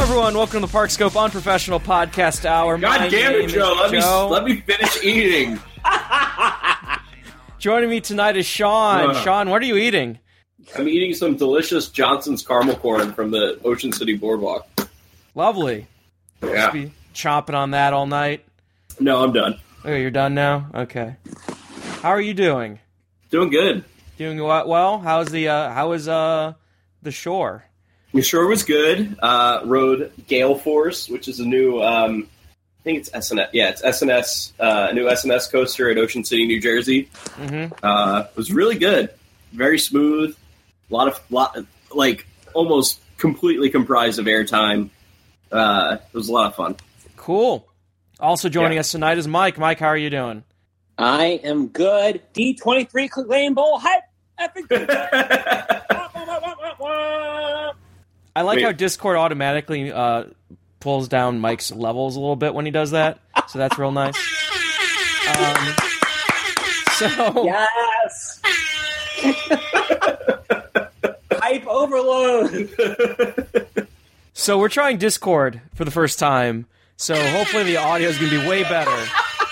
everyone. Welcome to the Park Scope Unprofessional Podcast Hour. God My damn name it, is Joe. Let Joe. me let me finish eating. Joining me tonight is Sean. No, no. Sean, what are you eating? I'm eating some delicious Johnson's caramel corn from the Ocean City Boardwalk. Lovely. Just Yeah. be chomping on that all night. No, I'm done. Oh, you're done now? Okay. How are you doing? Doing good. Doing wh- well? How's the uh how is uh the shore? Your shore was good. Uh, rode Gale Force, which is a new, um, I think it's SNS. Yeah, it's SNS, uh, a new SNS coaster at Ocean City, New Jersey. Mhm. Uh, it was really good. Very smooth. A lot of lot like almost completely comprised of airtime. Uh, it was a lot of fun. Cool. Also joining Yeah. us tonight is Mike. Mike, how are you doing? I am good. D23 Claim Bowl hype. Epic. I like Wait. how Discord automatically uh, pulls down Mike's levels a little bit when he does that, so that's real nice. Um, so yes. hype overload. so we're trying Discord for the first time, so hopefully the audio is going to be way better,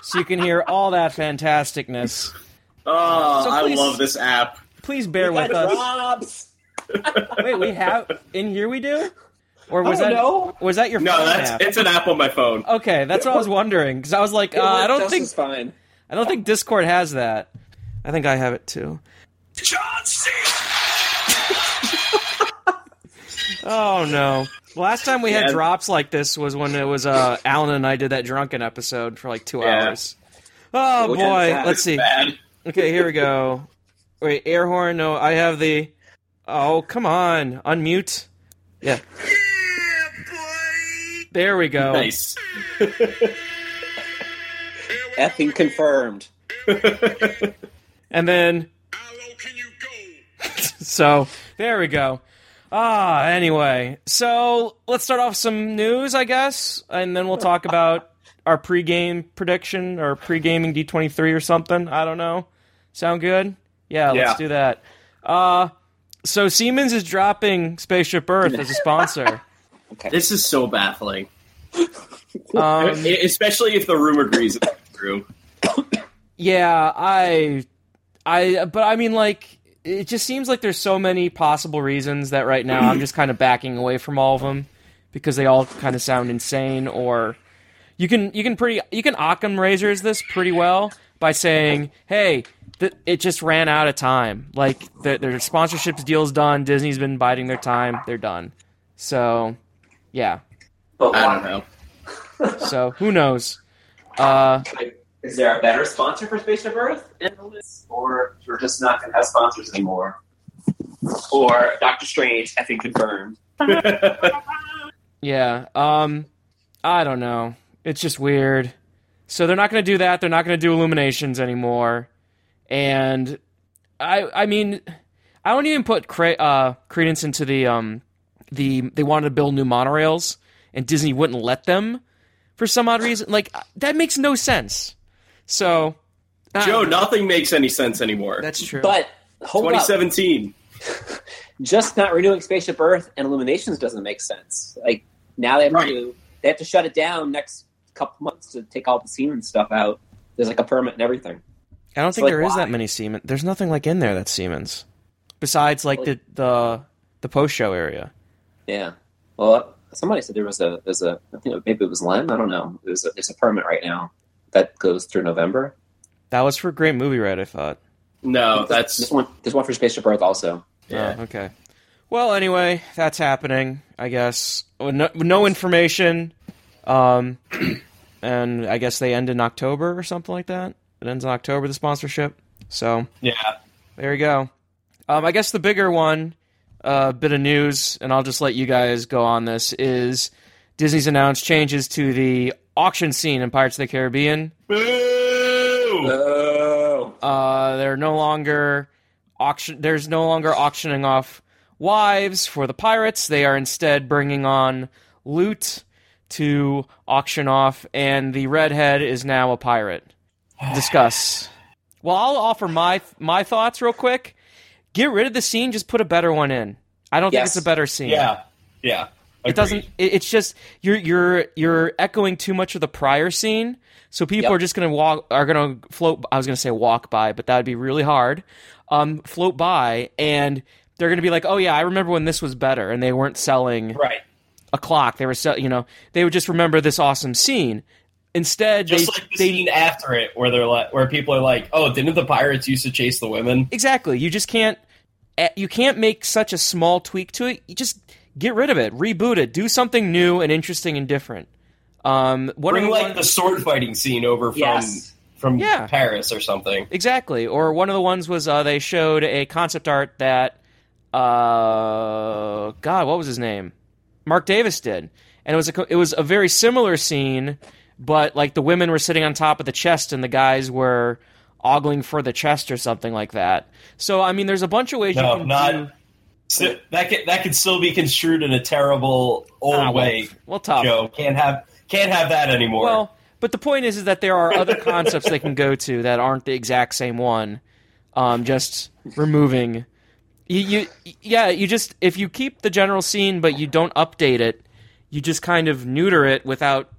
so you can hear all that fantasticness. Oh, So please- I love this app. Please bear Got with us. Robs. Wait, we have in here we do, or was I don't that know. was that your No, phone that's app? it's an app on my phone. Okay, that's what I was wondering because I was like, uh, It worked I don't just think as fine. I don't think Discord has that. I think I have it too. John C. Oh no! The Last time we had Yeah. drops like this was when it was uh, Alan and I did that drunken episode for like two Yeah. hours. Oh Which one's boy, that? let's see. Bad. Okay, here we go. Wait, air horn? No, I have the. Oh come on, unmute. Yeah. There we go. Nice. Effing confirmed. And then So there we go. Ah, anyway, so let's start off some news, I guess, and then we'll talk about our pregame prediction or pregaming D twenty three or something. I don't know. Sound good? Yeah, Yeah. let's do that. Uh, so Siemens is dropping Spaceship Earth as a sponsor. This is so baffling. e, Um, Especially if the rumored reason is true. Yeah, I, I, but I mean, like, it just seems like there's so many possible reasons that right now I'm just kind of backing away from all of them because they all kind of sound insane. Or you can you can pretty you can Occam razors this pretty well by saying, hey, th- it just ran out of time. Like their, their sponsorships deal's done. Disney's been biding their time. They're done. So, yeah. But I don't why? know. So who knows? Uh, Like, is there a better sponsor for Spaceship Earth in the list, or we're just not going to have sponsors anymore? Or Doctor Strange, I think confirmed. Yeah. Um I don't know. It's just weird. So they're not going to do that. They're not going to do illuminations anymore. And I I mean I don't even put cre- uh credence into the um the they wanted to build new monorails and Disney wouldn't let them for some odd reason. Like uh, that makes no sense. So uh, I- Joe, nothing makes any sense anymore. that's true. But hold up. 2017. Just not renewing Spaceship Earth and Illuminations doesn't make sense. Like now they have Right. to they have to shut it down next couple months to take all the Siemens stuff out. There's like a permit and everything. I don't think like, there is why? that many Siemens. There's nothing like in there that's Siemens besides like the Like- the the post show area. Yeah. Well, somebody said there was a there's a I think maybe it was Len. I don't know. There's a there's a permit right now that goes through November. That was for Great Movie Ride, I thought. No, there's that's one. There's one for Spaceship Earth also. yeah. Oh, okay. Well, anyway, that's happening, I guess. Oh, No, no information. Um, and I guess they end in October or something like that. It ends in October, the sponsorship. So yeah. there you go. Um, I guess the bigger one, uh, bit of news, and I'll just let you guys go on this, is Disney's announced changes to the auction scene in Pirates of the Caribbean. Boo! Oh. Uh, they're no longer auction. There's no longer auctioning off wives for the pirates. They are instead bringing on loot to auction off, and the redhead is now a pirate. Discuss. Well, I'll offer my my thoughts real quick. Get rid of the scene. Just put a better one in. I don't Yes. think it's a better scene. Yeah, yeah. It doesn't. It, it's just you're you're you're echoing too much of the prior scene, so people Yep. are just gonna walk are gonna float. I was gonna say walk by, but that would be really hard. Um, float by, and they're gonna be like, oh yeah, I remember when this was better, and they weren't selling Right. a clock. They were sell, you know, they would just remember this awesome scene. Instead, Just they like the they scene after it where they're like where people are like, Oh, didn't the pirates used to chase the women? Exactly. You just can't. eh, You can't make such a small tweak to it. You just get rid of it, reboot it, do something new and interesting and different. Um, what Bring are like the sword fighting scene over from Yes. from Yeah. Paris or something. exactly? Or one of the ones was uh, they showed a concept art that uh, God, what was his name? Mark Davis did, and it was a co- it was a very similar scene, but like the women were sitting on top of the chest and the guys were ogling for the chest or something like that. So I mean, there's a bunch of ways you No, can not do. So that could that could still be construed in a terrible old Ah, well, way. well, tough. Joe can't have can't have that anymore. Well, but the point is, is that there are other concepts they can go to that aren't the exact same one. Um, just removing, you, you, yeah, you just if you keep the general scene but you don't update it, you just kind of neuter it without.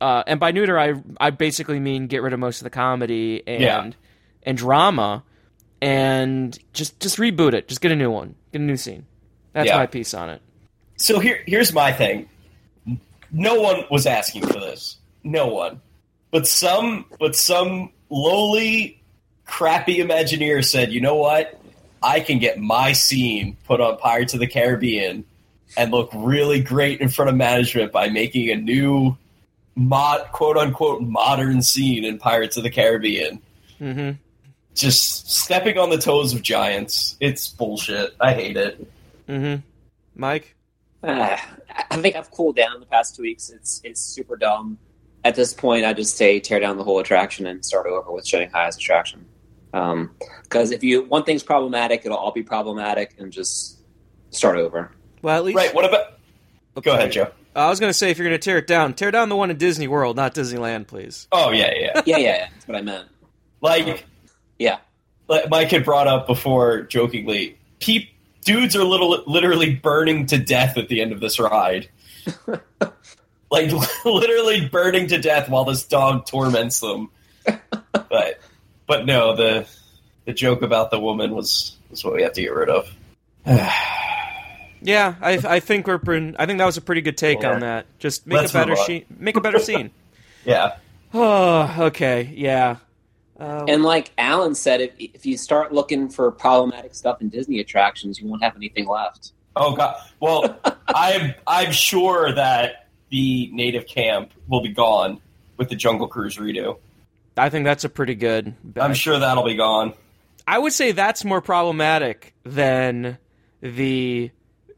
Uh, and by neuter, I I basically mean get rid of most of the comedy and Yeah. and drama, and just just reboot it. Just get a new one, get a new scene. That's Yeah. my piece on it. so here here's my thing. No one was asking for this. No one. But some but some lowly crappy imagineer said, "You know what? I can get my scene put on Pirates of the Caribbean and look really great in front of management by making a new mod quote unquote modern scene in Pirates of the Caribbean." hmm Just stepping on the toes of giants. It's bullshit. I hate it. hmm Mike. Ah, I- I think I've cooled down the past two weeks. It's it's super dumb. At this point, I just say tear down the whole attraction and start over with Shanghai as attraction. Because if you one thing's problematic, it'll all be problematic, and just start over. Well, at least Right, what about Go ahead, Joe. I was going to say, if you're going to tear it down, tear down the one in Disney World, not Disneyland, please. Oh yeah, yeah. Yeah, yeah, yeah, that's what I meant. Like, Yeah. like Mike had brought up before jokingly, peep, dudes are little, literally burning to death at the end of this ride. like, literally burning to death while this dog torments them. but, but no, the the joke about the woman was was what we have to get rid of. Yeah, I, I think we're. prin- I think that was a pretty good take Yeah. on that. Just make Let's a better move on. she- Make a better scene. Yeah, Oh, okay, yeah. Uh, And like Alan said, if if you start looking for problematic stuff in Disney attractions, you won't have anything left. Oh god. Well, I'm I'm sure that the native camp will be gone with the Jungle Cruise redo. I think that's a pretty good. bet. I'm sure that'll be gone. I would say that's more problematic than the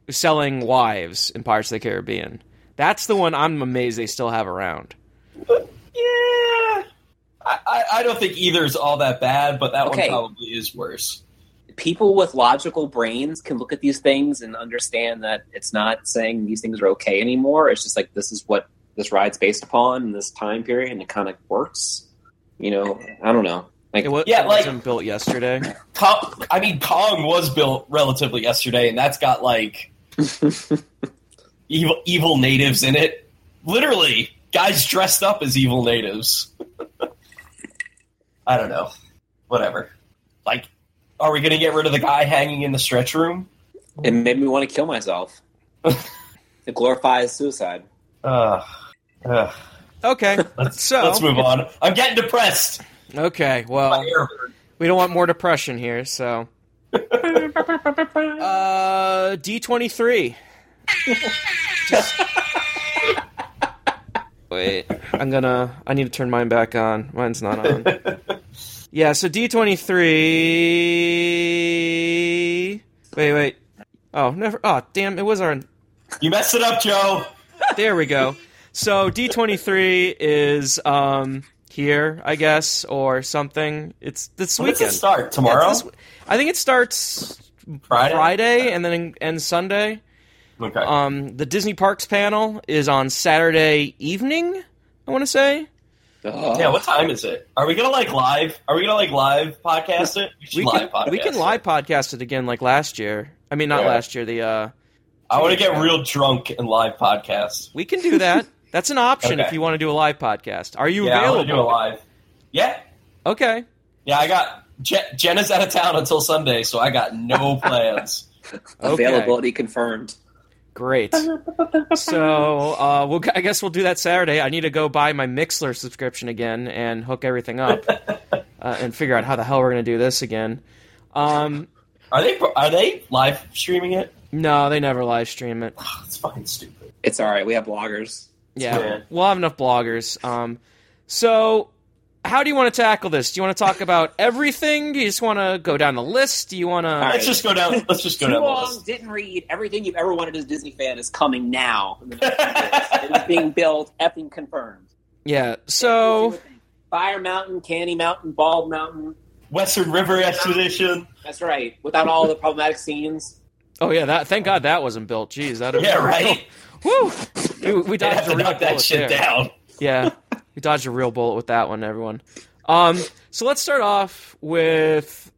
selling wives in Pirates of the Caribbean. That's the one I'm amazed they still have around. Yeah. I, I, I don't think either is all that bad, but that Okay. one probably is worse. people with logical brains can look at these things and understand that it's not saying these things are okay anymore. It's just like this is what this ride's based upon in this time period, and it kind of works. You know, I don't know. Like, It, wa- Yeah, it like- wasn't built yesterday. Kong, I mean, Kong was built relatively yesterday, and that's got like evil evil natives in it. Literally, guys dressed up as evil natives. I don't know. Whatever. Like, are we going to get rid of the guy hanging in the stretch room? it made me want to kill myself. it glorifies suicide. Uh, uh, Okay, let's, so let's move on. I'm getting depressed. Okay, well, My air- We don't want more depression here, so. uh, D23. Just- Wait, I'm gonna. I need to turn mine back on. Mine's not on. Yeah, so D23. Wait, wait. Oh, never. Oh, damn, it was our. you messed it up, Joe. There we go. So D23 is um here, I guess, or something. It's this When does it weekend. start? Tomorrow? It's this- I think it starts Friday? Friday and then and Sunday. Okay. Um, the Disney Parks panel is on Saturday evening. I want to say Ugh. yeah, what time is it? Are we gonna like live? Are we gonna like live podcast it? should we live can, we podcast can it. live podcast it again like last year. I mean, not Yeah. last year. The uh, I want to get real drunk in live podcast. We can do that. That's an option if Okay. you want to do a live podcast. Are you yeah, I want to do a available? live. Yeah, okay. yeah. I got Je- Jenna's out of town until Sunday, so I got no plans. Okay. Availability confirmed. Great. So, uh, we'll, I guess we'll do that Saturday. I need to go buy my Mixler subscription again and hook everything up uh, and figure out how the hell we're going to do this again. Um, Are they? Are they live streaming it? no, they never live stream it. Oh, it's fucking stupid. It's all right. We have bloggers. Yeah, Yeah. we'll have enough bloggers. Um, so, how do you want to tackle this? Do you want to talk about everything? Do you just want to go down the list? Do you want All to? right. Let's just go down. Let's just go Too down the long, list. didn't read. Everything you've ever wanted as a Disney fan is coming now. it's being built, effing confirmed. Yeah. So, Fire Mountain, Candy Mountain, Bald Mountain. Western River Expedition. That's right. Without all the problematic scenes. oh yeah, that. Thank God that wasn't built. Jeez, that. Yeah, right. Woo! We, we They dodged have to a real knock that bullet shit there. down. Yeah, we dodged a real bullet with that one, everyone. Um, so let's start off with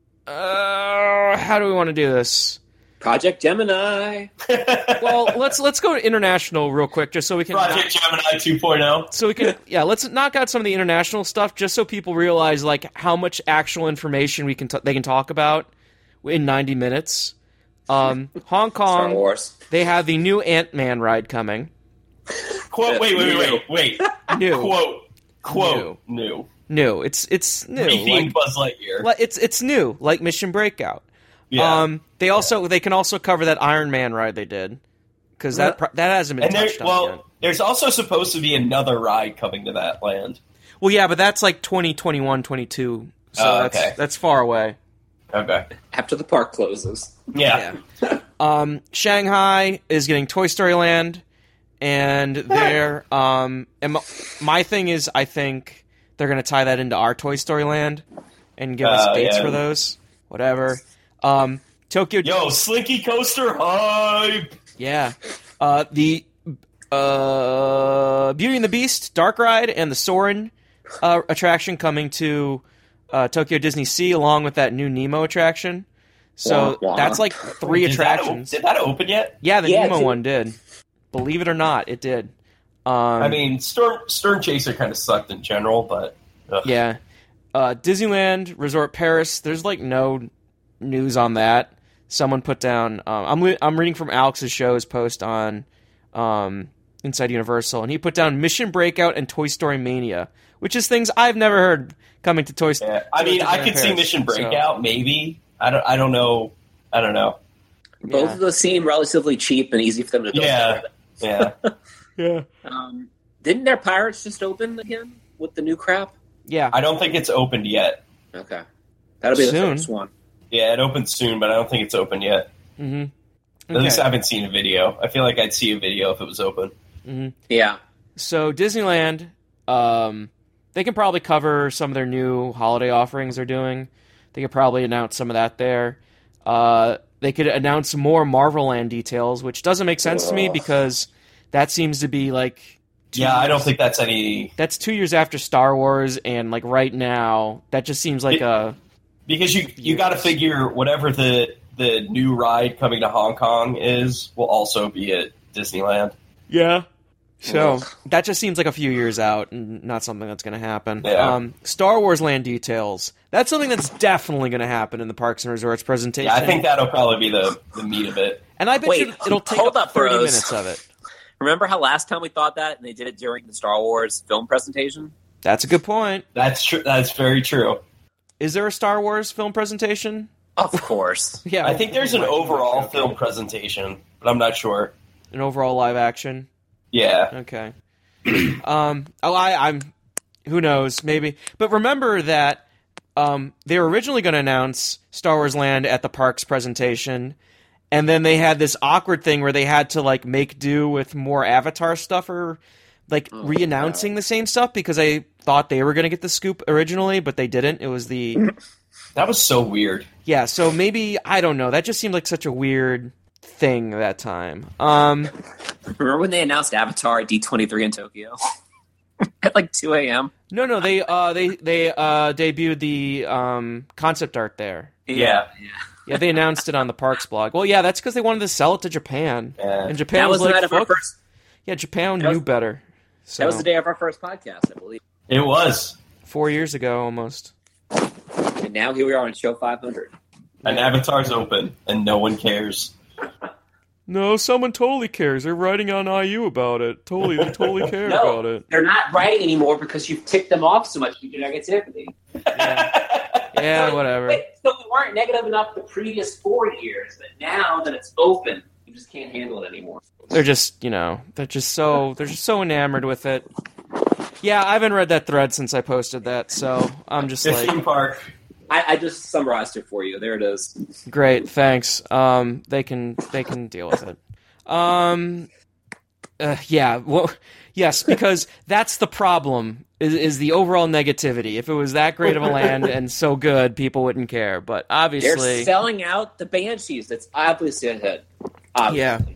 uh, how do we want to do this? Project Gemini. Well, let's let's go to international real quick, just so we can Project Gemini oh. 2.0. so we can yeah let's knock out some of the international stuff just so people realize like how much actual information we can t- they can talk about in 90 minutes um, hong Star kong Wars. they have the new ant-man ride coming Quote. Wait, wait, wait, wait. new Quote. Quote. New. new it's it's new Rethemed like, Buzz Lightyear. li- it's it's new like mission breakout yeah. um they also they can also cover that iron man ride they did because that pro- that hasn't been Uh, and there, touched on well, yet there's also supposed to be another ride coming to that land. well yeah but that's like 2021 22 so Oh, that's okay. that's far away Okay. After the park closes. Yeah. Um, Shanghai is getting Toy Story Land, and they're um, and my, my thing is, I think they're gonna tie that into our Toy Story Land and give us Oh, dates yeah. for those, whatever. Um, Tokyo, Yo, Slinky Coaster hype. yeah, uh, the uh, Beauty and the Beast Dark Ride and the Soarin' uh, attraction coming to uh, Tokyo Disney Sea along with that new Nemo attraction. So Wah, wah. that's like three Did that o- attractions. did that open yet? Yeah, the Yeah, Nemo it's- one did. Believe it or not, it did. Um, I mean, Storm Storm Chaser kind of sucked in general, but ugh. yeah, uh, Disneyland Resort Paris. There's like no news on that. Someone put down. Um, I'm li- I'm reading from Alex's show's post on um, Inside Universal, and he put down Mission Breakout and Toy Story Mania, which is things I've never heard coming to Toy Story. Yeah. I mean, I could see Mission Breakout, maybe. I don't. I don't know. I don't know. Both Yeah. of those seem relatively cheap and easy for them to build. Yeah. Yeah. Yeah, Um, didn't their pirates just open again with the new crap? yeah. I don't think it's opened yet. Okay. That'll be Soon. the first one. Yeah, it opens soon, but I don't think it's open yet. hmm At least I haven't seen a video. I feel like I'd see a video if it was open. Yeah. So Disneyland, um, they can probably cover some of their new holiday offerings they're doing. They could probably announce some of that there. Uh, they could announce more Marvel Land details, which doesn't make sense to me Ugh. because that seems to be like two Yeah, I don't years- think that's any that's two years after Star Wars, and like right now, that just seems like a because you you got to figure whatever the the new ride coming to Hong Kong is will also be at Disneyland. yeah. So Ugh. that just seems like a few years out, and not something that's going to happen. Yeah. Um, Star Wars Land details. That's something that's definitely going to happen in the Parks and Resorts presentation. Yeah, I think that'll probably be the the meat of it. And I bet Wait, you it'll take hold up up, 30 bros. minutes of it. Remember how last time we thought that and they did it during the Star Wars film presentation? That's a good point. That's true. That's very true. Is there a Star Wars film presentation? Of course. Yeah. I think there's an overall film presentation, but I'm not sure. An overall live action. Yeah, Okay. um oh I I'm who knows, maybe. But remember that um they were originally going to announce Star Wars Land at the parks presentation and then they had this awkward thing where they had to like make do with more avatar stuff or like Oh, re-announcing the same stuff because they thought they were going to get the scoop originally but they didn't. It was the that was so weird. Yeah, so maybe I don't know. That just seemed like such a weird thing that time. Um Remember when they announced Avatar at D23 in Tokyo? at like 2 a.m.? no no, they uh they they uh debuted the um concept art there. Yeah. Yeah. Yeah, they announced it on the Parks blog. Well, yeah, that's because they wanted to sell it to Japan, Uh, and Japan That was, was the like, night of our "Fuck- first. yeah, Japan that was- knew better. So That was the day of our first podcast, I believe. it was. four years ago almost. And now here we are on show 500. And Avatar's open, and no one cares. No, someone totally cares. They're writing on IU about it. Totally, they totally care No. about it. They're not writing anymore because you've ticked them off so much with your negativity. Yeah, whatever. Wait, so we weren't negative enough the previous four years, but now that it's open, you just can't handle it anymore. They're just, you know, they're just so they're just so enamored with it. Yeah, I haven't read that thread since I posted that, so I'm just It's like, theme park. I, I just summarized it for you. There it is. Great, thanks. Um, they can they can deal with it. Um, uh, yeah, well, yes, because that's the problem is is the overall negativity. If it was that great of a land and so good, people wouldn't care. But They're obviously, selling out the Banshees. That's obviously a hit. Obviously. Yeah.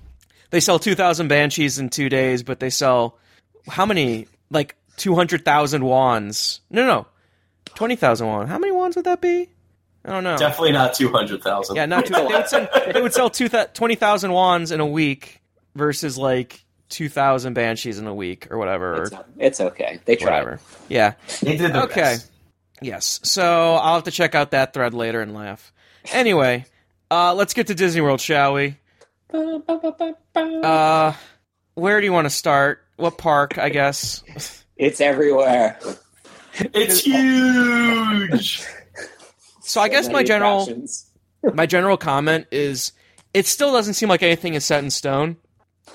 they sell two thousand banshees in two days, but they sell how many? Like two hundred thousand wands? No, no, twenty thousand wands. How many wands would that be? I don't know. Definitely not 200,000. Yeah, not two. They would, send, they would sell two thou- 20,000 wands in a week versus like 2,000 banshees in a week or whatever. Or It's, it's okay. They tried. whatever. Yeah. They did their Okay. best. Yes. So I'll have to check out that thread later and laugh. Anyway, uh, let's get to Disney World, shall we? Uh, where do you want to start? What park, I guess? It's everywhere. It's huge. So I guess my Many general attractions. my general comment is it still doesn't seem like anything is set in stone.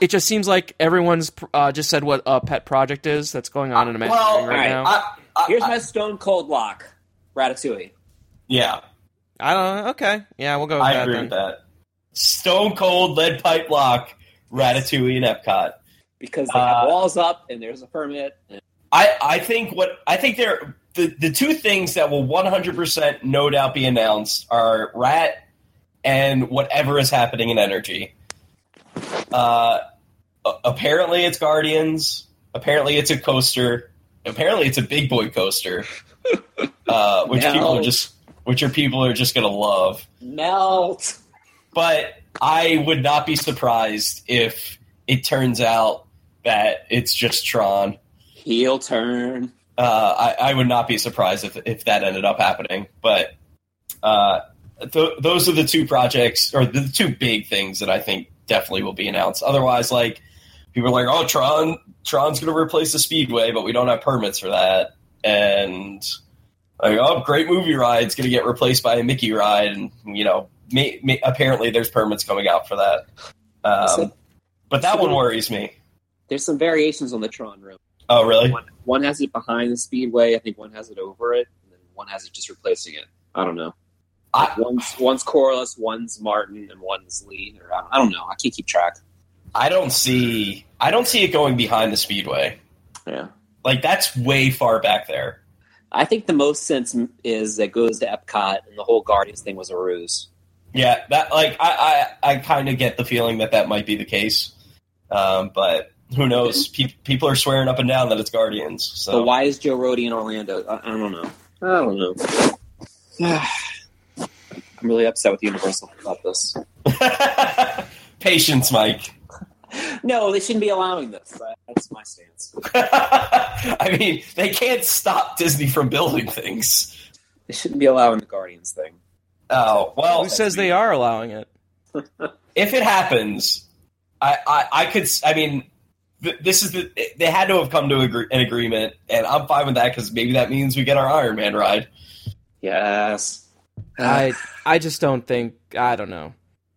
It just seems like everyone's uh, just said what a pet project is that's going on in Imagineering Uh, Well, right, alright, now. I, I, Here's I- my stone cold lock. Ratatouille. yeah, I don't know. Okay. Yeah, we'll Oh, go with I that agree then. with that. Stone Cold Lead Pipe Lock, Ratatouille, and Epcot. Because they Uh, have walls up and there's a permit. And I, I think what I think there the, the two things that will 100% no doubt be announced are rat and whatever is happening in energy. Uh, a- apparently it's Guardians. Apparently it's a coaster. Apparently it's a big boy coaster, uh, which No. people are just which are people are just gonna love. melt. But I would not be surprised if it turns out that it's just Tron. Heel turn. Uh, I, I would not be surprised if, if that ended up happening. But uh, th- those are the two projects or the two big things that I think definitely will be announced. Otherwise, like people are like, "Oh, Tron, Tron's going to replace the Speedway, but we don't have permits for that." And like, "Oh, great movie ride's going to get replaced by a Mickey ride," and you know, may, may, apparently there's permits coming out for that. Um, So- but that one worries me. There's some variations on the Tron room. Oh, really? One, one has it behind the speedway. I think one has it over it, and then one has it just replacing it. I don't know. I- one's one's Corliss, one's Martin, and one's Lee. Or I, don't, I don't know. I can't keep track. I don't see. I don't see it going behind the Speedway. Yeah, Like that's way far back there. I think the most sense m- is that goes to Epcot, and the whole Guardians thing was a ruse. Yeah, that like I I, I kind of get the feeling that that might be the case, um, but who knows? Pe- people are swearing up and down that it's Guardians. So But why is Joe Rody in Orlando? I, I don't know. I don't know. I'm really upset with Universal about this. patience, Mike. No, they shouldn't be allowing this. Uh, That's my stance. I mean, they can't stop Disney from building things. They shouldn't be allowing the Guardians thing. Oh well, Who says they are allowing it? if it happens, I, I, I could. s- I mean, th- this is the. They had to have come to agree, an agreement, and I'm fine with that because maybe that means we get our Iron Man ride. Yes. I I just don't think I don't know.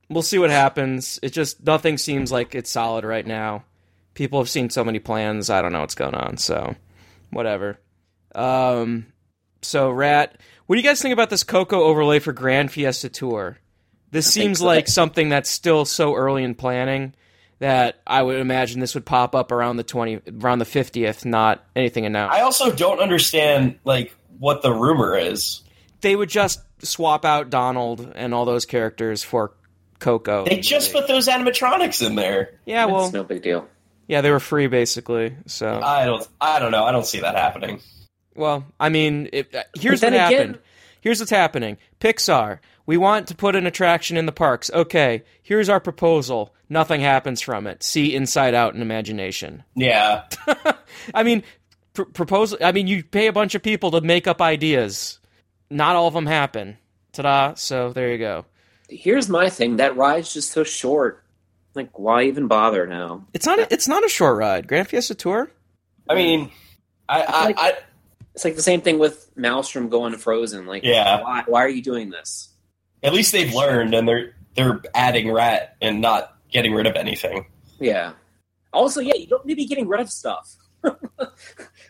We'll see what happens. It just nothing seems like it's solid right now. People have seen so many plans. I don't know what's going on. So whatever. Um. So rat. What do you guys think about this Coco overlay for Grand Fiesta Tour? This think seems so. like something that's still so early in planning that I would imagine this would pop up around the twenty, around the fiftieth, not anything announced. I also don't understand like what the rumor is. they would just swap out Donald and all those characters for Coco. They just put those animatronics in there. yeah, well, it's no big deal. yeah, they were free basically. So, Uh, I don't. I don't know. I don't see that happening. well, I mean, it, uh, here's what But then again- happened. here's what's happening. Pixar, we want to put an attraction in the parks. Okay, here's our proposal. Nothing happens from it. See Inside Out and Imagination. Yeah. I mean, pr- proposal. I mean, you pay a bunch of people to make up ideas. Not all of them happen. Ta-da! So there you go. Here's my thing: that ride's just so short. Like, why even bother now? It's not. A, it's not a short ride. Grand Fiesta Tour. I mean, I, I, I It's like the same thing with Maelstrom going to Frozen. Like, Yeah. why, why are you doing this? at least they've learned and they're they're adding rat and not getting rid of anything. Yeah. Also, yeah, you don't need to be getting rid of stuff.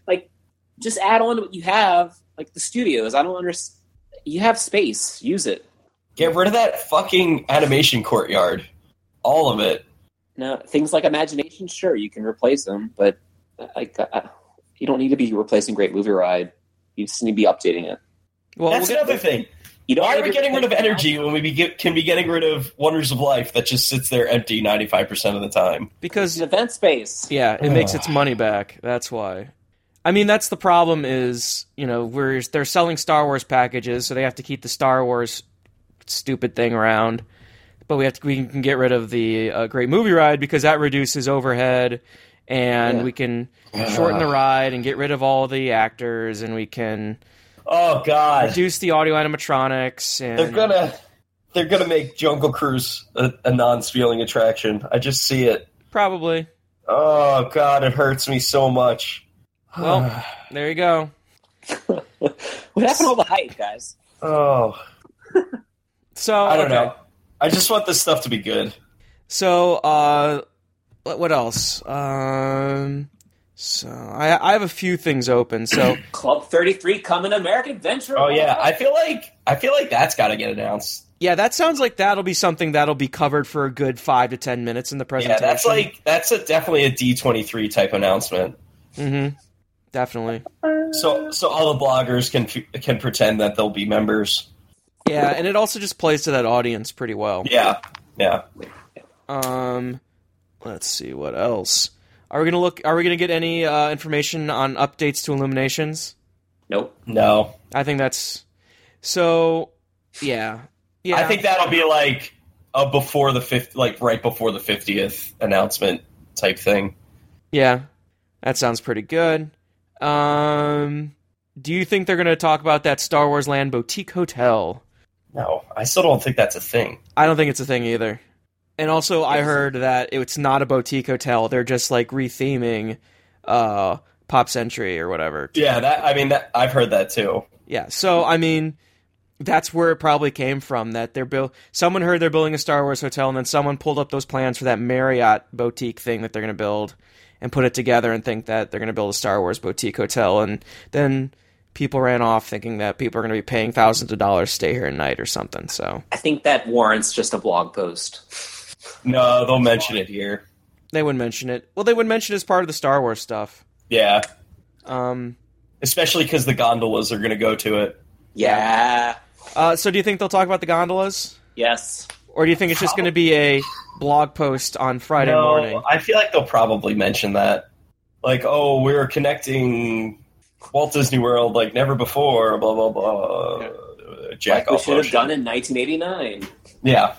like, just add on to what you have. Like the studios, I don't understand. You have space, use it. Get rid of that fucking animation courtyard. All of it. Now, things like imagination, sure, you can replace them, but like, uh, you don't need to be replacing Great Movie Ride. You just need to be updating it. Well, That's we'll get- another thing. You don't Why are need we to getting rid of replace- energy when we be get, can be getting rid of Wonders of Life that just sits there empty 95% of the time? It's because an event space. yeah, it makes Ugh. its money back. That's why. I mean, that's the problem. Is you know, we're they're selling Star Wars packages, so they have to keep the Star Wars stupid thing around. But we have to we can get rid of the uh, Great Movie Ride because that reduces overhead, and Yeah. we can shorten the ride and get rid of all the actors, and we can Oh god. reduce the audio animatronics. And They're gonna they're gonna make Jungle Cruise a, a non-feeling attraction. I just see it. probably Oh god, it hurts me so much. Well- there you go. What happened to all the hype, guys? oh, So I don't okay. know. I just want this stuff to be good. So, uh, what what else? Um, so I I have a few things open. So Club 33 coming to American Adventure. Oh yeah, I feel like I feel like that's got to get announced. yeah, that sounds like that'll be something that'll be covered for a good five to ten minutes in the Yeah, presentation. that's like that's a definitely a D twenty three type announcement. mm-hmm, definitely. So so all the bloggers can f- can pretend that they'll be members. Yeah, and it also just plays to that audience pretty well. Yeah, yeah. Um, let's see what else. Are we gonna look? Are we gonna get any uh, information on updates to Illuminations? Nope. No, I think that's so. Yeah, yeah. I think that'll be like a before the fifth, like right before the fiftieth announcement type thing. Yeah, that sounds pretty good. Um, do you think they're going to talk about that Star Wars Land boutique hotel? No, I still don't think that's a thing. I don't think it's a thing either. And also, I heard that it's not a boutique hotel. They're just like retheming uh, Pop Century or whatever. Yeah, that I mean, that, I've heard that too. Yeah. So I mean, that's where it probably came from. That they're build. Someone heard they're building a Star Wars hotel, and then someone pulled up those plans for that Marriott boutique thing that they're going to build, and put it together and think that they're going to build a Star Wars boutique hotel, and then people ran off thinking that people are going to be paying thousands of dollars to stay here at night or something. So I think that warrants just a blog post. No, they'll mention it here. they wouldn't mention it. Well, they would mention it as part of the Star Wars stuff. Yeah, Um. especially because the gondolas are going to go to it. Yeah. Uh, so do you think they'll talk about the gondolas? Yes. Or do you think it's just going to be a blog post on Friday no, morning? I feel like they'll probably mention that. Like, oh, we're connecting Walt Disney World like never before, blah, blah, blah. uh, Jack like we off should motion. have done in 1989. Yeah.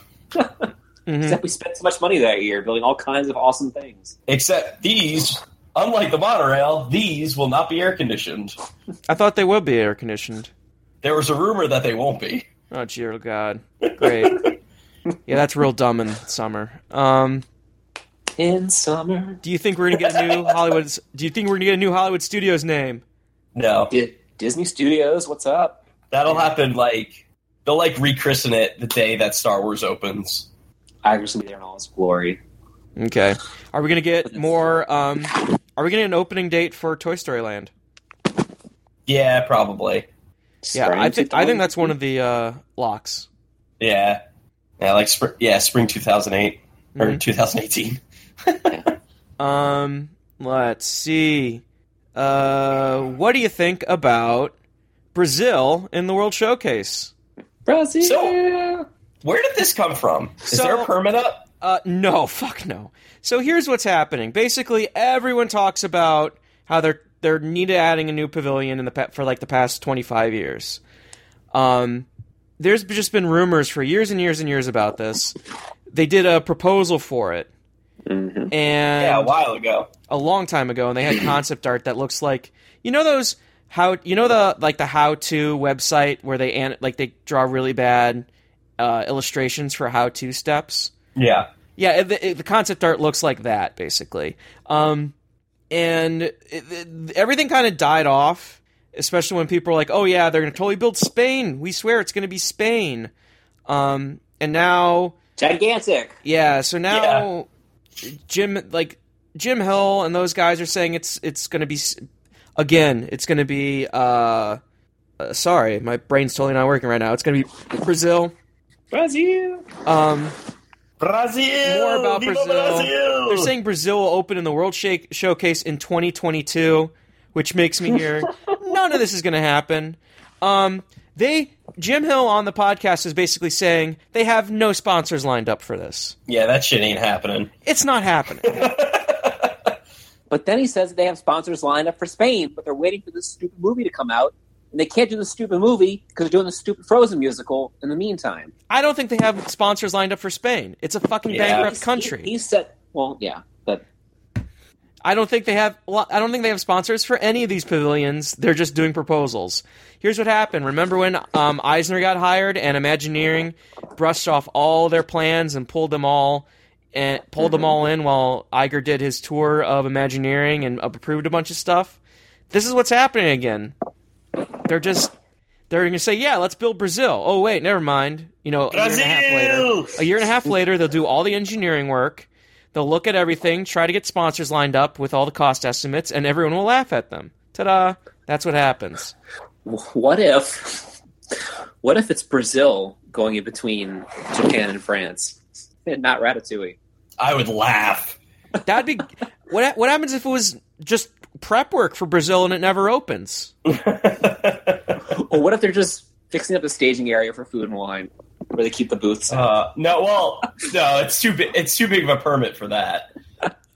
Mhm. Except we spent so much money that year building all kinds of awesome things. Except these, unlike the monorail, these will not be air conditioned. I thought they would be air conditioned. There was a rumor that they won't be. Oh, dear God. Great. yeah, that's real dumb in summer. Um, In summer. do you think we're gonna get a new Hollywood? Do you think we're gonna get a new Hollywood Studios name? No. Di- Disney Studios, what's up? That'll happen like they'll like rechristen it the day that Star Wars opens. I'm just going to be there in all its glory. Okay. Are we gonna get more? Um, are we gonna get an opening date for Toy Story Land? Yeah, probably. Yeah, Spring I think I think 2000. that's one of the uh, locks. Yeah. Yeah, like spring yeah, spring 2008 or Mhm. 2018. Um, let's see. Uh, what do you think about Brazil in the World Showcase? Brazil. So- Where did this come from? Is So- there a permit up? Uh, no, fuck no. So here's what's happening. Basically, everyone talks about how they're they're needed adding a new pavilion in the pa- for like the past 25 years. Um, there's just been rumors for years and years and years about this. They did a proposal for it, hmm and yeah, a while ago. a long time ago and they had concept art that looks like you know those how you know the like the how to website where they an, like they draw really bad uh, illustrations for how to steps Yeah, yeah it, the- it, the concept art looks like that basically um and it, it- everything kind of died off especially when people are like oh yeah they're going to totally build spain we swear it's going to be spain um and now Gigantic. yeah, so now Jim like Jim Hill and those guys are saying it's it's going to be s- again, it's going to be uh, uh sorry, my brain's totally not working right now. It's going to be Brazil. Brazil. Um Brazil. More about Viva Brazil. they're saying Brazil will open in the World Shake Showcase in 2022, which makes me hear none of this is going to happen. Um they Jim Hill on the podcast is basically saying they have no sponsors lined up for this. yeah, that shit ain't happening. It's not happening. But then he says they have sponsors lined up for Spain, but they're waiting for this stupid movie to come out, and they can't do the stupid movie because they're doing the stupid Frozen musical in the meantime. I don't think they have sponsors lined up for Spain. It's a fucking Yeah. bankrupt He- country. He, said, "Well, yeah, but I don't think they have. I don't think they have sponsors for any of these pavilions. They're just doing proposals. Here's what happened. Remember when um, Eisner got hired and Imagineering brushed off all their plans and pulled them all and pulled them all in while Iger did his tour of Imagineering and approved a bunch of stuff. This is what's happening again. They're just they're going to say, "Yeah, let's build Brazil." Oh wait, never mind. You know, a year and a half later. Brazil. A year and a half later, they'll do all the engineering work. They'll look at everything, try to get sponsors lined up with all the cost estimates, and everyone will laugh at them. Ta da! That's what happens. w- what if, what if it's Brazil going in between Japan and France, and not Ratatouille?" I would laugh. That'd be what. ha- What happens if it was just prep work for Brazil and it never opens? Or what if they're just fixing up the staging area for food and wine, where they keep the booths? Uh, no, well, no, it's too big. It's too big of a permit for that.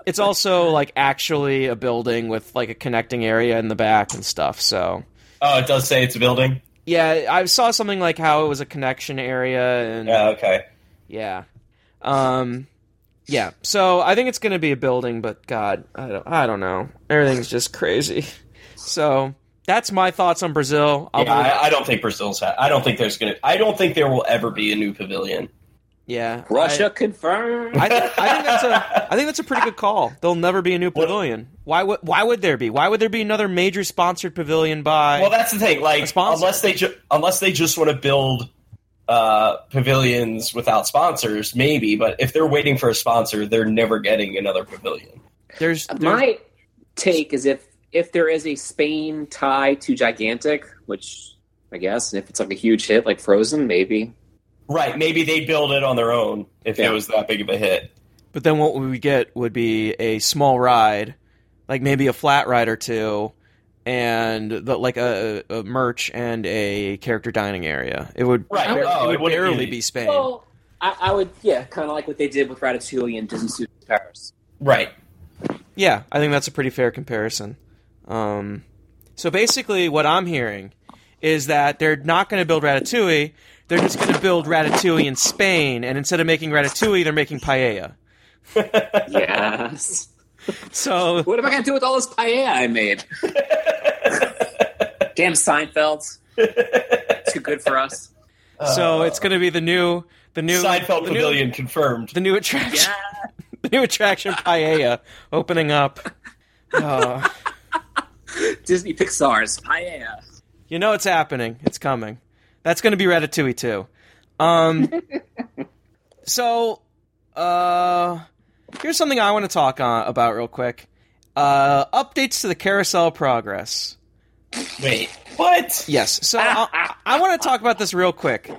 It's also like actually a building with like a connecting area in the back and stuff. So Oh, it does say it's a building. yeah, I saw something like how it was a connection area and Yeah, okay. Yeah. Um yeah. So I think it's going to be a building, but god, I don't I don't know. Everything's just crazy. So that's my thoughts on Brazil. I'll Yeah, yeah, I, I don't think Brazil's. Ha- I don't think there's gonna. I don't think there will ever be a new pavilion. yeah. Russia confirmed. I, I, think, I think that's a I think that's a pretty good call. There'll never be a new pavilion. Why would why would there be? Why would there be another major sponsored pavilion by Well, that's the thing. Like, sponsor. unless they ju- unless they just want to build uh, pavilions without sponsors, maybe. But if they're waiting for a sponsor, they're never getting another pavilion. There's, there's My take is if if there is a Spain tie to Gigantic, which I guess if it's like a huge hit like Frozen, maybe. Right? Maybe they build it on their own if Yeah. it was that big of a hit. but then what we would get would be a small ride, like maybe a flat ride or two, and the, like a, a merch and a character dining area. It would Right. barely, Oh, it would it wouldn't barely be- be Spain. Well, I, I would yeah, kind of like what they did with Ratatouille and Disney Studios Paris. Right. Yeah, I think that's a pretty fair comparison. Um, so basically, what I'm hearing is that they're not going to build Ratatouille. They're just going to build Ratatouille in Spain, and instead of making Ratatouille, they're making paella. Yes. So what am I gonna do with all this paella I made? Damn Seinfeld. Too good for us. so Uh, it's going to be the new the new Seinfeld the new- Pavilion confirmed. the new attraction. Yeah. the new attraction Paella opening up. Oh, Disney Pixar's paella. you know it's happening. It's coming. That's going to be Ratatouille too. Um, so, uh, here's something I want to talk on, about real quick. Uh, updates to the carousel progress. Wait, what? Yes. So I, I want to talk about this real quick.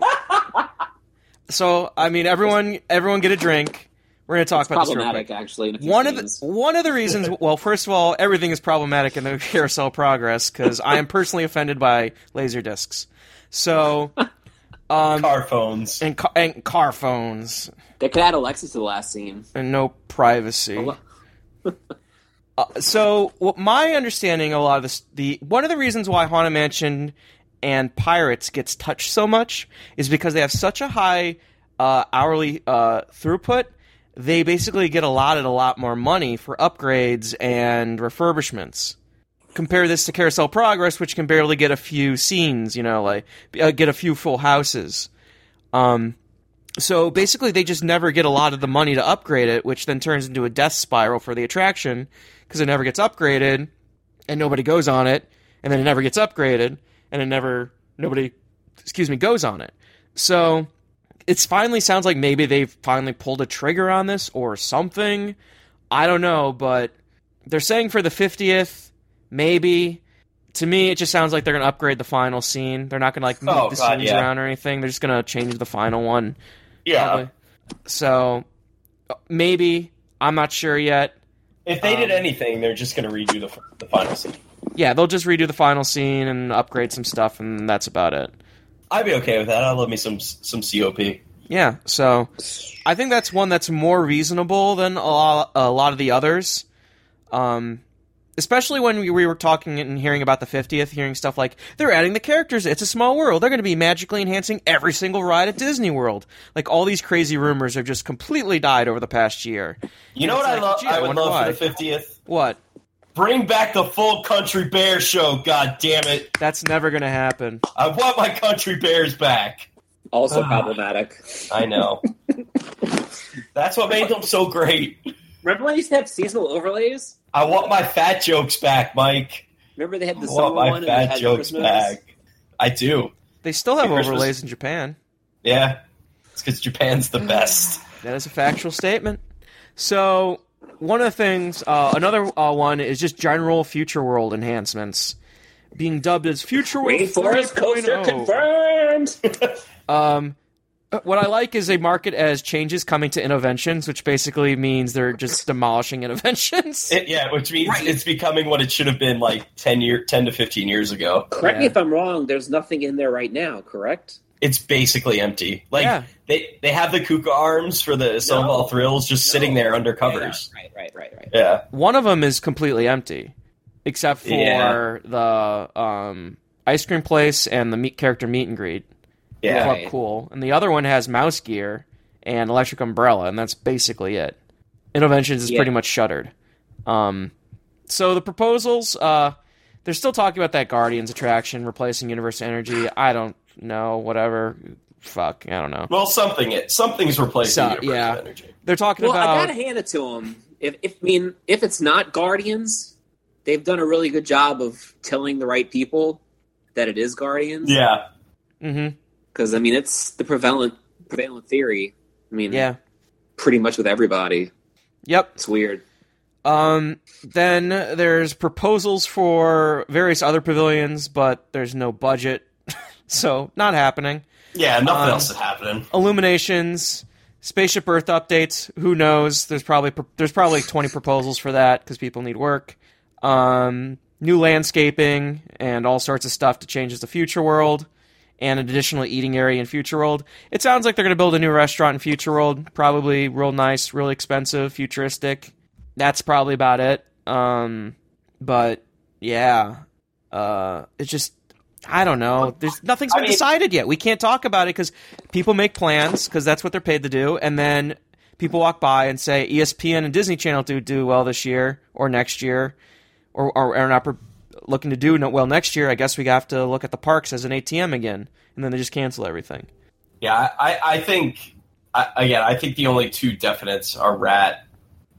So I mean, everyone, everyone, get a drink. We're going to talk about this real quick. Problematic actually. In a few one of the scenes. one of the reasons. Well, first of all, everything is problematic in the carousel progress because I am personally offended by laser discs. So, um, Car phones. and ca- and car phones they could add Alexis to the last scene. and no privacy. Uh, so, what my understanding a lot of this, the one of the reasons why Haunted Mansion and Pirates gets touched so much is because they have such a high uh, hourly uh, throughput. They basically get allotted a lot more money for upgrades and refurbishments. Compare this to Carousel Progress, which can barely get a few scenes, you know, like uh, get a few full houses. Um, so basically, they just never get a lot of the money to upgrade it, which then turns into a death spiral for the attraction because it never gets upgraded and nobody goes on it, and then it never gets upgraded and it never nobody excuse me goes on it. So it's finally sounds like maybe they've finally pulled a trigger on this or something. I don't know, but they're saying for the 50th, maybe. To me, it just sounds like they're gonna upgrade the final scene. They're not gonna like move Oh, the God, scenes yeah. around or anything. They're just gonna change the final one. Yeah. Probably. Uh, So uh, maybe I'm not sure yet. If they did Um, anything, they're just going to redo the, the final scene. Yeah, they'll just redo the final scene and upgrade some stuff, and that's about it. I'd be okay with that. I love me some some COP. Yeah, so I think that's one that's more reasonable than a lot, a lot of the others. Um, especially when we, we were talking and hearing about the 50th, hearing stuff like they're adding the characters, it's a small world, they're going to be magically enhancing every single ride at Disney World. Like all these crazy rumors have just completely died over the past year. You know what I It's like, love? gee, I I would wonder love why. for the fiftieth. What? Bring back the full Country Bear show. God damn it! That's never going to happen. I want my Country Bears back. Also Ah. problematic. I know. That's what made them so great. Remember when they used to have seasonal overlays? I want my fat jokes back, Mike. Remember they I had the summer want one Oh, my and they fat had jokes Christmas. back. I do. They still have Christmas. overlays in Japan. Yeah, it's because Japan's Mm. the best. That is a factual statement. So one of the things, uh, another uh, one is just general future world enhancements being dubbed as future world. Rainforest coaster 3.0. confirmed. Um, what I like is they mark it as changes coming to interventions, which basically means they're just demolishing interventions. It- yeah, which means it's becoming what it should have been like ten year, ten to fifteen years ago. Correct me Yeah. if I'm wrong. There's nothing in there right now. Correct? It's basically empty. Like yeah, They they have the Kuka arms for the Sun of No. All Thrills just No. sitting there under covers. Yeah, right, right, right, right. Yeah. one of them is completely empty, except for Yeah. the um, ice cream place and the meet character meet and greet. Yeah. Club Right. Cool, and the other one has Mouse Gear and Electric Umbrella, and that's basically it. Interventions is Yeah. pretty much shuttered. Um, so the proposals, uh, they're still talking about that Guardians attraction replacing Universal Energy. I don't know, whatever. Fuck, I don't know. Well, something it something's replacing So- Universal yeah. Energy. They're talking Well, I about gotta hand it to them. If, if I mean, if it's not Guardians, they've done a really good job of telling the right people that it is Guardians. Yeah. hmm Because I mean, it's the prevalent prevalent theory. I mean, yeah, pretty much with everybody. yep. It's weird. Um, then there's proposals for various other pavilions, but there's no budget, so not happening. Yeah, nothing Um, else is happening. illuminations spaceship earth updates who knows there's probably there's probably 20 proposals for that because people need work um, new landscaping and all sorts of stuff to change as the future world and an additional eating area in future world it sounds like they're going to build a new restaurant in future world probably real nice real expensive futuristic that's probably about it um, but yeah uh, it's just i don't know there's nothing's I been mean- decided yet we can't talk about it because people make plans because that's what they're paid to do, and then people walk by and say "E ESPN and Disney Channel do do well this year or next year, or or are not pre- looking to do no- well next year. I guess we have to look at the parks as an ATM again, and then they just cancel everything. Yeah, I, I think I, again, I think the only two definites are rat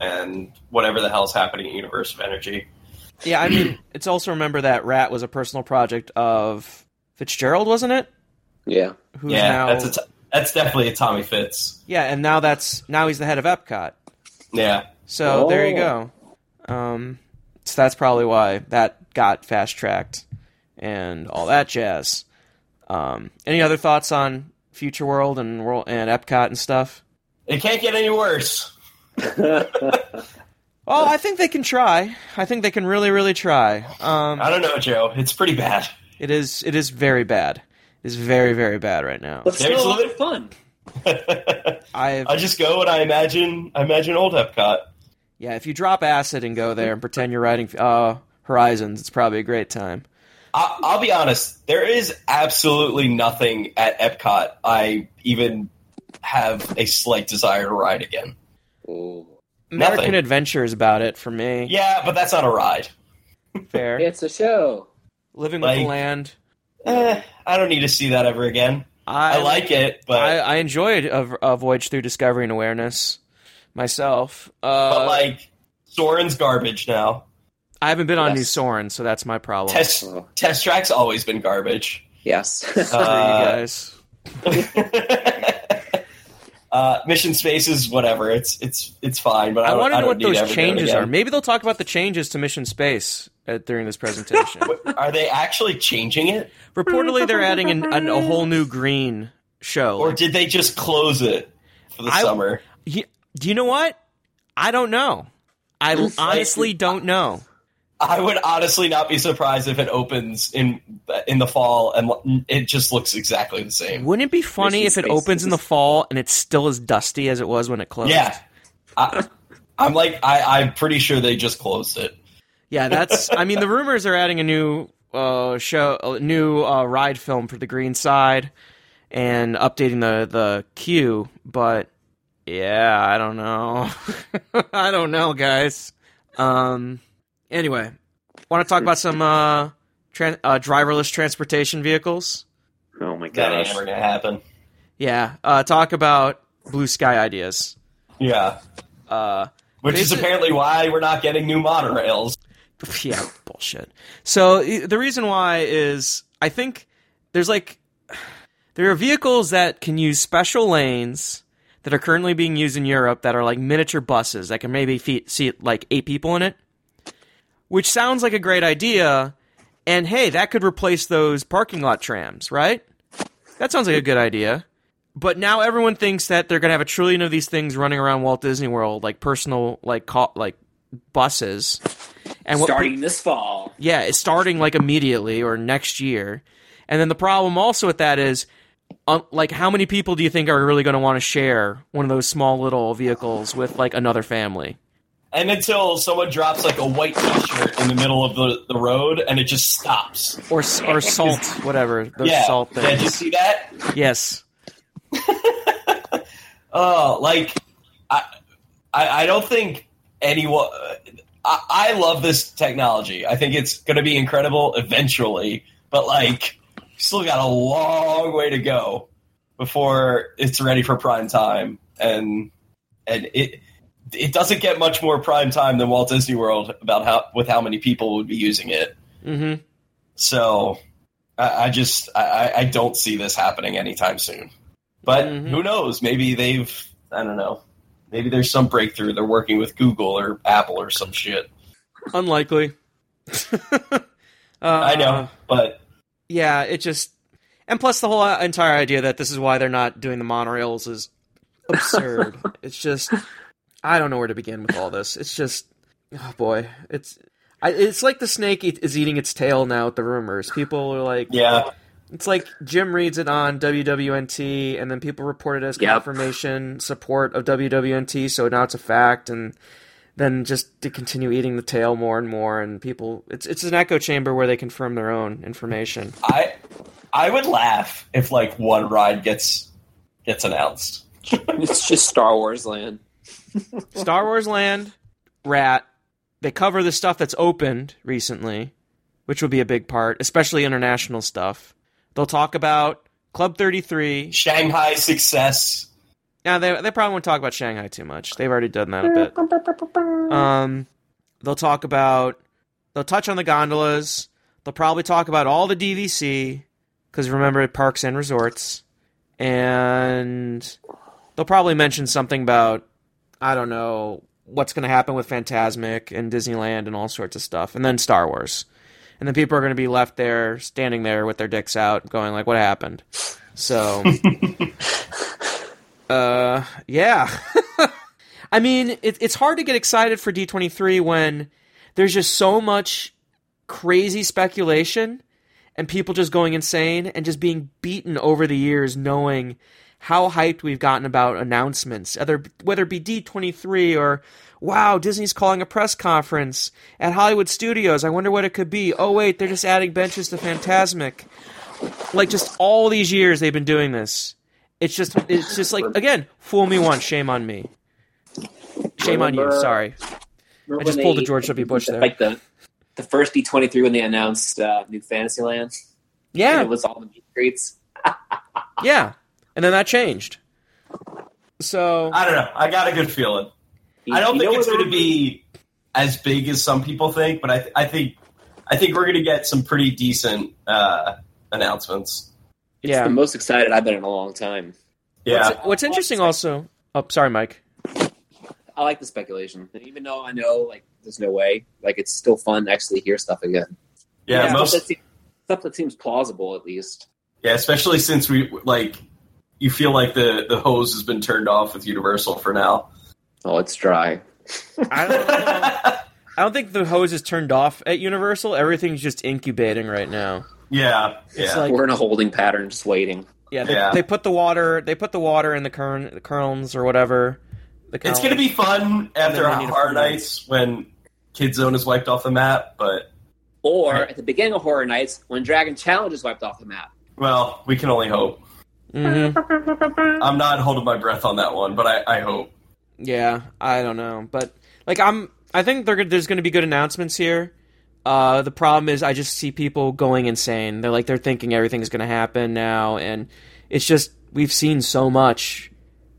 and whatever the hell's happening at Universal Energy. Yeah, I mean, it's also remember that Rat was a personal project of Fitzgerald, wasn't it? Yeah. Who's yeah, now that's a t- that's definitely a Tommy Fitz. yeah, and now that's now he's the head of Epcot. Yeah. So there you Oh. go. Um, so that's probably why that got fast tracked and all that jazz. Um, any other thoughts on Future World and World and Epcot and stuff? It can't get any worse. Well, I think they can try. I think they can really, really try. Um, I don't know, Joe. It's pretty bad. it is it is very bad. It's very, very bad right now. But still There's a a lot little- of fun. I've I just go and I imagine I imagine old Epcot. yeah. If you drop acid and go there and pretend you're riding uh, Horizons, it's probably a great time. I, I'll be honest. There is absolutely nothing at Epcot I even have a slight desire to ride again. Ooh. American Nothing. Adventure is about it for me. Yeah, but that's not a ride. Fair. It's a show. Living with the Like- land. Eh, I don't need to see that ever again. I, like it, but, I, I enjoyed a, a voyage through discovery and awareness myself. Uh, but like Soren's garbage now. I haven't been on yes. New Soren, so that's my problem. Test Oh, test track's always been garbage. yes. Screw you uh, guys. uh, mission spaces, whatever. It's it's it's fine. But I, I don't- want I to know don't what need to those ever do it changes again. are. Maybe they'll talk about the changes to Mission Space uh, during this presentation. Are they actually changing it, Reportedly, they're adding an, an, a whole new green show. or did they just close it for the I- summer? He- do you know what? I don't know. I l- honestly don't know. I would honestly not be surprised if it opens in in the fall and l- it just looks exactly the same. Wouldn't it be funny if Mission it Space opens in is- the fall and it's still as dusty as it was when it closed? Yeah, I, I'm like I, I'm pretty sure they just closed it. Oh Yeah, that's. I mean, the rumors are adding a new uh, show, a new uh, ride film for the Green Side, and updating the the queue. But yeah, I don't know. I don't know, guys. Um. Anyway, want to talk about some uh, tran uh, driverless transportation vehicles? oh my That ain't gosh. ever gonna happen. Yeah. Uh, talk about blue sky ideas. Yeah, Uh. which is Basi- apparently why we're not getting new monorails. yeah, bullshit. So i- the reason why is I think there's like there are vehicles that can use special lanes that are currently being used in Europe that are like miniature buses that can maybe feet, seat like eight people in it, which sounds like a great idea. And hey, that could replace those parking lot trams, right? That sounds like a good idea. But now everyone thinks that they're going to have a trillion of these things running around Walt Disney World, like personal, like ca- like buses. And what Starting this fall. yeah, it's starting like immediately or next year. And then the problem also with that is, um, like, how many people do you think are really going to want to share one of those small little vehicles with like another family? And until someone drops like a white T-shirt in the middle of the, the road, and it just stops. Or s- or salt, whatever those yeah, salt yeah. Did you things. see that? Yes, Oh, like I, I, I don't think anyone. I, I love this technology. I think it's going to be incredible eventually, but like, still got a long way to go before it's ready for prime time, and and it. It doesn't get much more prime time than Walt Disney World about how with how many people would be using it. hmm So I, I just I- I, I don't see this happening anytime soon. But Mm-hmm. Mhm. who knows? Maybe they've I don't know. Maybe there's some breakthrough. They're working with Google or Apple or some shit. unlikely. uh, I Uh-huh. know, but Yeah, it just and plus the whole uh, entire idea that this is why they're not doing the monorails is absurd. it's just I don't know where to begin with all this. It's just oh boy, it's I, it's like the snake eat, is eating its tail now with the rumors. People are like, yeah, it's like Jim reads it on WWNT, and then people report it as Yep. confirmation support of WWNT, so now it's a fact, and then just to continue eating the tail more and more, and people, it's it's an echo chamber where they confirm their own information. I I would laugh if like one ride gets gets announced. It's just Star Wars land. Star Wars Land, Rat. They cover the stuff that's opened recently, which will be a big part, especially international stuff. They'll talk about Club 33. Shanghai success. Now they they probably won't talk about Shanghai too much. They've already done that a bit. Um, they'll talk about they'll touch on the gondolas. They'll probably talk about all the DVC because remember it parks and resorts, and they'll probably mention something about I don't know what's going to happen with Fantasmic and Disneyland and all sorts of stuff, and then Star Wars, and then people are going to be left there standing there with their dicks out, going like, "What happened?" So. Uh, yeah. I mean, it, it's hard to get excited for D23 when there's just so much crazy speculation and people just going insane and just being beaten over the years knowing how hyped we've gotten about announcements, whether, whether it be D23 or, wow, Disney's calling a press conference at Hollywood Studios. I wonder what it could be. Oh, wait, they're just adding benches to Fantasmic. Like, just all these years they've been doing this. It's just, it's just like, again, fool me once, shame on me. Shame on you, Remember- sorry. Remember I just when pulled they- a George W. Bush there. Like the the first D twenty three when they announced uh, New Fantasyland. and Yeah, it was all the meet and greets. yeah. And then that changed. So, I don't know. I got a good feeling. I don't You think know it's what going to would be as big as some people think, but I, th- I think I think we're going to get some pretty decent uh, announcements. It's yeah. the most excited I've been in a long time. Yeah, What's, what's interesting also. Oh, sorry, Mike. I like the speculation, and even though I know like there's no way, like it's still fun to actually hear stuff again. yeah, Yeah. most stuff, that seems, stuff that seems plausible at least. yeah, especially since we like you feel like the the hose has been turned off with Universal for now. Oh, it's dry. I don't, know. I don't think the hose is turned off at Universal. Everything's just incubating right now. yeah, It's yeah, like We're in a holding pattern, just waiting. yeah they, Yeah. they put the water they put the water in the kern the kernels or whatever. The it's going to be fun after oh, then we need a Horror few nights. Nights when Kid Zone is wiped off the map, but Or Right. at the beginning of Horror Nights, when Dragon Challenge is wiped off the map. well, we can only hope. hmm I'm not holding my breath on that one, but I, I hope. Yeah, I don't know, but like I'm I think they're, gonna- there's going to be good announcements here. Uh, the problem is I just see people going insane. They're like they're thinking everything's going to happen now, and it's just we've seen so much,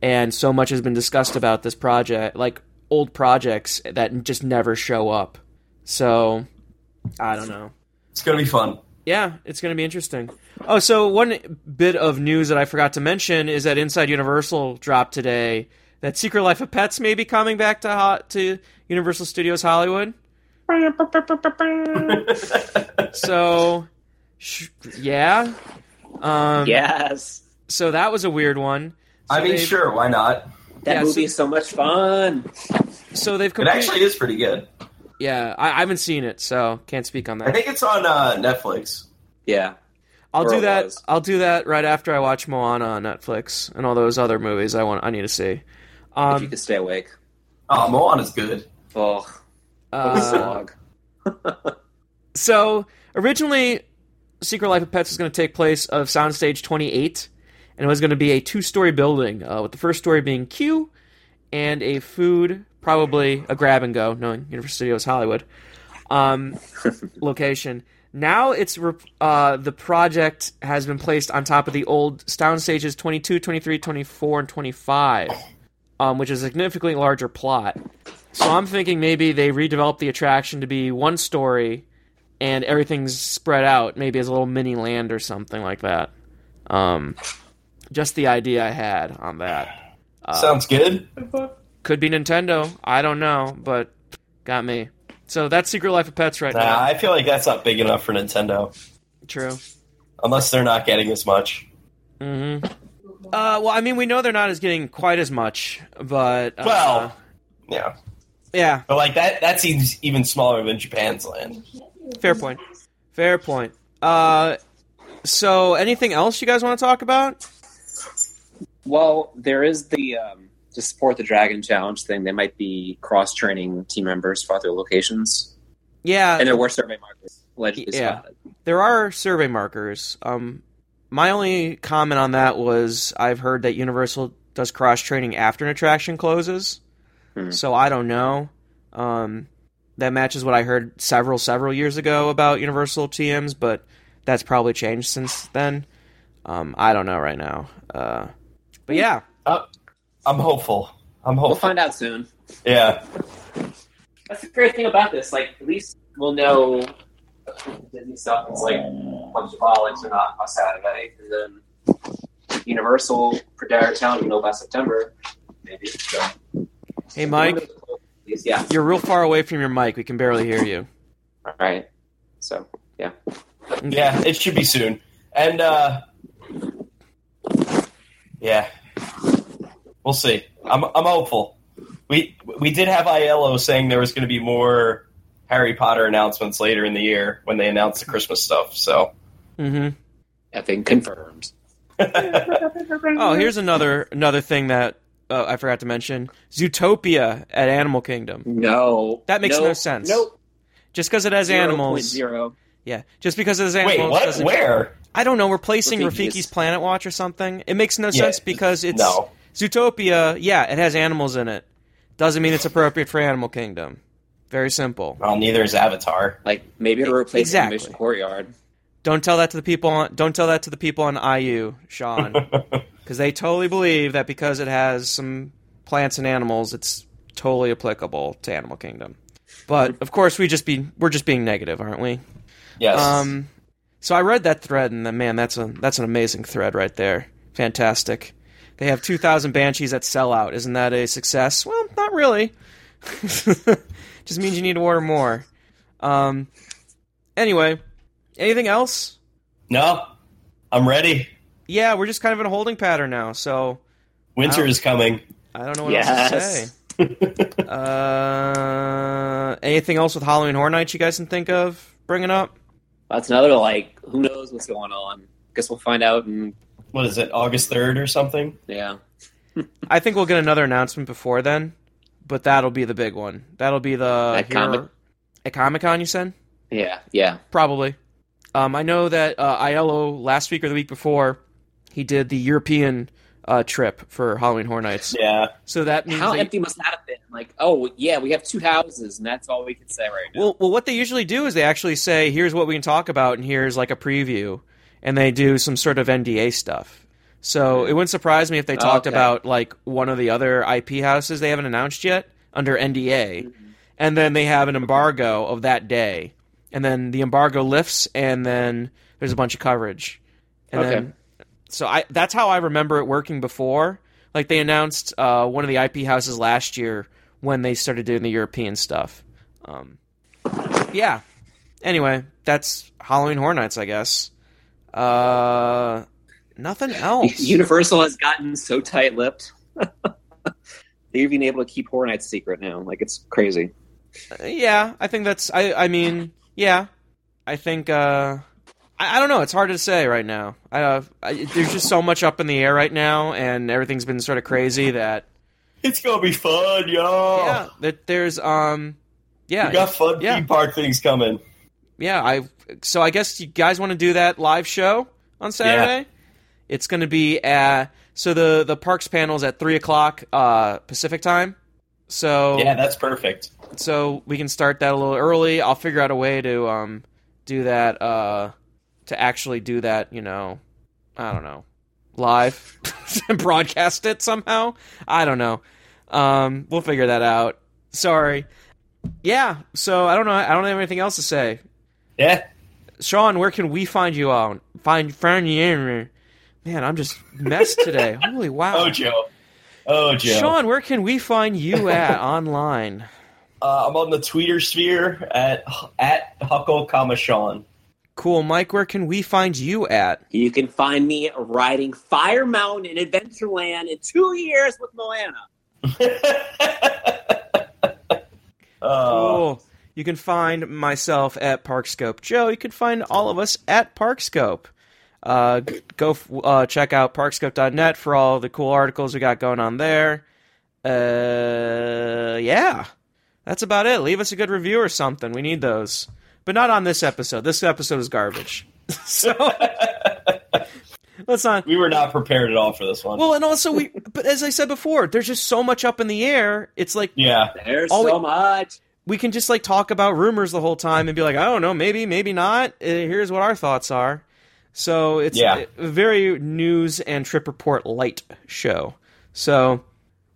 and so much has been discussed about this project, like old projects that just never show up. So I don't know. It's going to be fun. Yeah, it's going to be interesting. Oh, so one bit of news that I forgot to mention is that Inside Universal dropped today that Secret Life of Pets may be coming back to ho- to Universal Studios Hollywood. So, sh- yeah, um, Yes, So that was a weird one. So I mean, they've- sure, why not? that Yeah, so- movie is so much fun. So they've It complete- actually is pretty good. Yeah, I-, I haven't seen it, so can't speak on I that. think it's on uh, Netflix. Yeah, I'll or do it that. was. I'll do that right after I watch Moana on Netflix and all those other movies I want. I need to see. if you Um, could stay awake. Oh, Moana's good. Oh, what a uh, slog. So originally, Secret Life of Pets was going to take place of Soundstage 28, and it was going to be a two-story building, uh, with the first story being Q, and a food, probably a grab and go, knowing Universal Studios Hollywood, um, location. Now it's re- uh, the project has been placed on top of the old Soundstages 22, 23, 24, and 25, um, which is a significantly larger plot. So I'm thinking maybe they redeveloped the attraction to be one story and everything's spread out, maybe as a little mini land or something like that. Um, just the idea I had on that. Sounds good. Could be Nintendo. I don't know, but got me. So that's Secret Life of Pets right Nah, now. I feel like that's not big enough for Nintendo, True. unless they're not getting as much. hmm Uh, well, I mean, we know they're not as getting quite as much, but uh, Well, yeah, yeah, but like that—that seems even smaller than Japan's land. fair point. Fair point. Uh, so anything else you guys want to talk about? Well, there is the um, to support the Dragon Challenge thing. They might be cross training team members for other locations, Yeah, and there were survey markers allegedly Yeah. spotted. there are survey markers. Um, my only comment on that was I've heard that Universal does cross training after an attraction closes, Hmm. so I don't know. Um, that matches what I heard several several years ago about Universal TMs, but that's probably changed since then. Um, I don't know right now, uh, but yeah, I'm hopeful. I'm Oh. We'll hopeful. find out soon. Yeah, That's the great thing about this. Like, at least we'll know if Disney stuff is like bunch or not by Saturday, and then Universal for Dire Challenge will know by September, maybe. So, hey Mike, At least, yeah. you're real far away from your mic. We can barely hear you. All right. So yeah, it should be soon. And uh, yeah, we'll see. I'm I'm hopeful. We we did have ILO saying there was going to be more Harry Potter announcements later in the year when they announced the Christmas stuff. So Mm-hmm. Effing confirmed. Oh, here's another another thing that uh, I forgot to mention: Zootopia at Animal Kingdom. No, That makes no, no sense. Nope. Just because it has animals, Zero. yeah. Just because it has Wait, animals. what? doesn't- Where? I don't know. Replacing Rafiki's. Rafiki's Planet Watch or something. It makes no Yeah, sense because it's no. Zootopia. Yeah, it has animals in it. Doesn't mean it's appropriate for Animal Kingdom. Very simple. Well, neither is Avatar. Like maybe it'll replace Exactly. the Mission Courtyard. Don't tell that to the people on. Don't tell that to the people on IU, Sean, because they totally believe that because it has some plants and animals, it's totally applicable to Animal Kingdom. But of course, we just be we're just being negative, aren't we? Yes. Um, so I read that thread, and then, man, that's a that's an amazing thread right there. Fantastic. They have two thousand banshees that sell out. Isn't that a success? Well, not really. Just means you need to order more. Um. Anyway, anything else? no, I'm ready. Yeah, we're just kind of in a holding pattern now, so Winter Wow. is coming. I don't know what Yes. else to say. uh, anything else with Halloween Horror Nights you guys can think of bringing up? That's another like who knows what's going on. Guess we'll find out. And What is it? August third or something? yeah, I think we'll get another announcement before then, but that'll be the big one. That'll be the At Comic- at Comic Con. You said yeah, yeah. probably. Um, I know that uh, ILO last week or the week before, he did the European uh, trip for Halloween Horror Nights. Yeah. So that means How that- empty must that have been? Like, oh yeah, we have two houses, and that's all we can say right now. Well, well, what they usually do is they actually say, "Here's what we can talk about, and here's like a preview," and they do some sort of NDA stuff. So it wouldn't surprise me if they talked Oh, okay. about like one of the other IP houses they haven't announced yet under NDA, Mm-hmm. and then they have an embargo of that day, and then the embargo lifts, and then there's a bunch of coverage, and Okay. then so I that's how I remember it working before. Like they announced uh, one of the IP houses last year when they started doing the European stuff. Um, yeah. Anyway, that's Halloween Horror Nights, I guess. Uh, nothing else. Universal has gotten so tight-lipped. They've been able to keep Horror Nights secret now. Like it's crazy. yeah, I think that's. I. I mean, yeah, I think. Uh, I, I don't know. It's hard to say right now. I, uh, I. There's just so much up in the air right now, and everything's been sort of crazy that. It's gonna be fun, y'all. Yeah. That there's. Um. Yeah. we got fun yeah. theme park things coming. yeah i so i guess you guys want to do that live show on saturday it's going to be at so the the parks panel's at three o'clock uh pacific time so Yeah, that's perfect. so we can start that a little early i'll figure out a way to um do that uh to actually do that you know i don't know live broadcast it somehow i don't know um we'll figure that out sorry yeah so i don't know i don't have anything else to say Yeah. Sean, where can we find you on? Find find you. Man, I'm just messed today. Holy Oh, wow. Joe. Oh, Joe. Sean, where can we find you at online? Uh, I'm on the Twitter sphere at at Huckle, comma Sean. Cool, Mike, where can we find you at? You can find me riding Fire Mountain in Adventureland in two years with Moana. uh, Cool. You can find myself at Parkscope. Joe, you can find all of us at Parkscope. Uh, g- go f- uh, check out parkscope.net for all the cool articles we got going on there. Uh, yeah, that's about it. Leave us a good review or something. We need those, but not on this episode. This episode is garbage. so let's not. we were not prepared at all for this one. Well, and also we. But as I said before, there's just so much up in the air. It's like yeah. There's Oh, so wait. much. we can just like talk about rumors the whole time and be like, I don't know, maybe, maybe not. Uh, here's what our thoughts are. So it's Yeah. a very news and trip report light show. So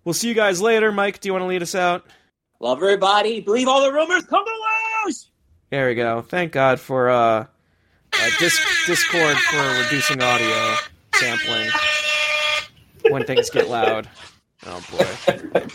we'll see you guys later. Mike, do you want to lead us out? Love everybody. Believe all the rumors. Come to loose. There we go. Thank God for uh, uh dis- Discord for reducing audio sampling when things get loud. Oh boy.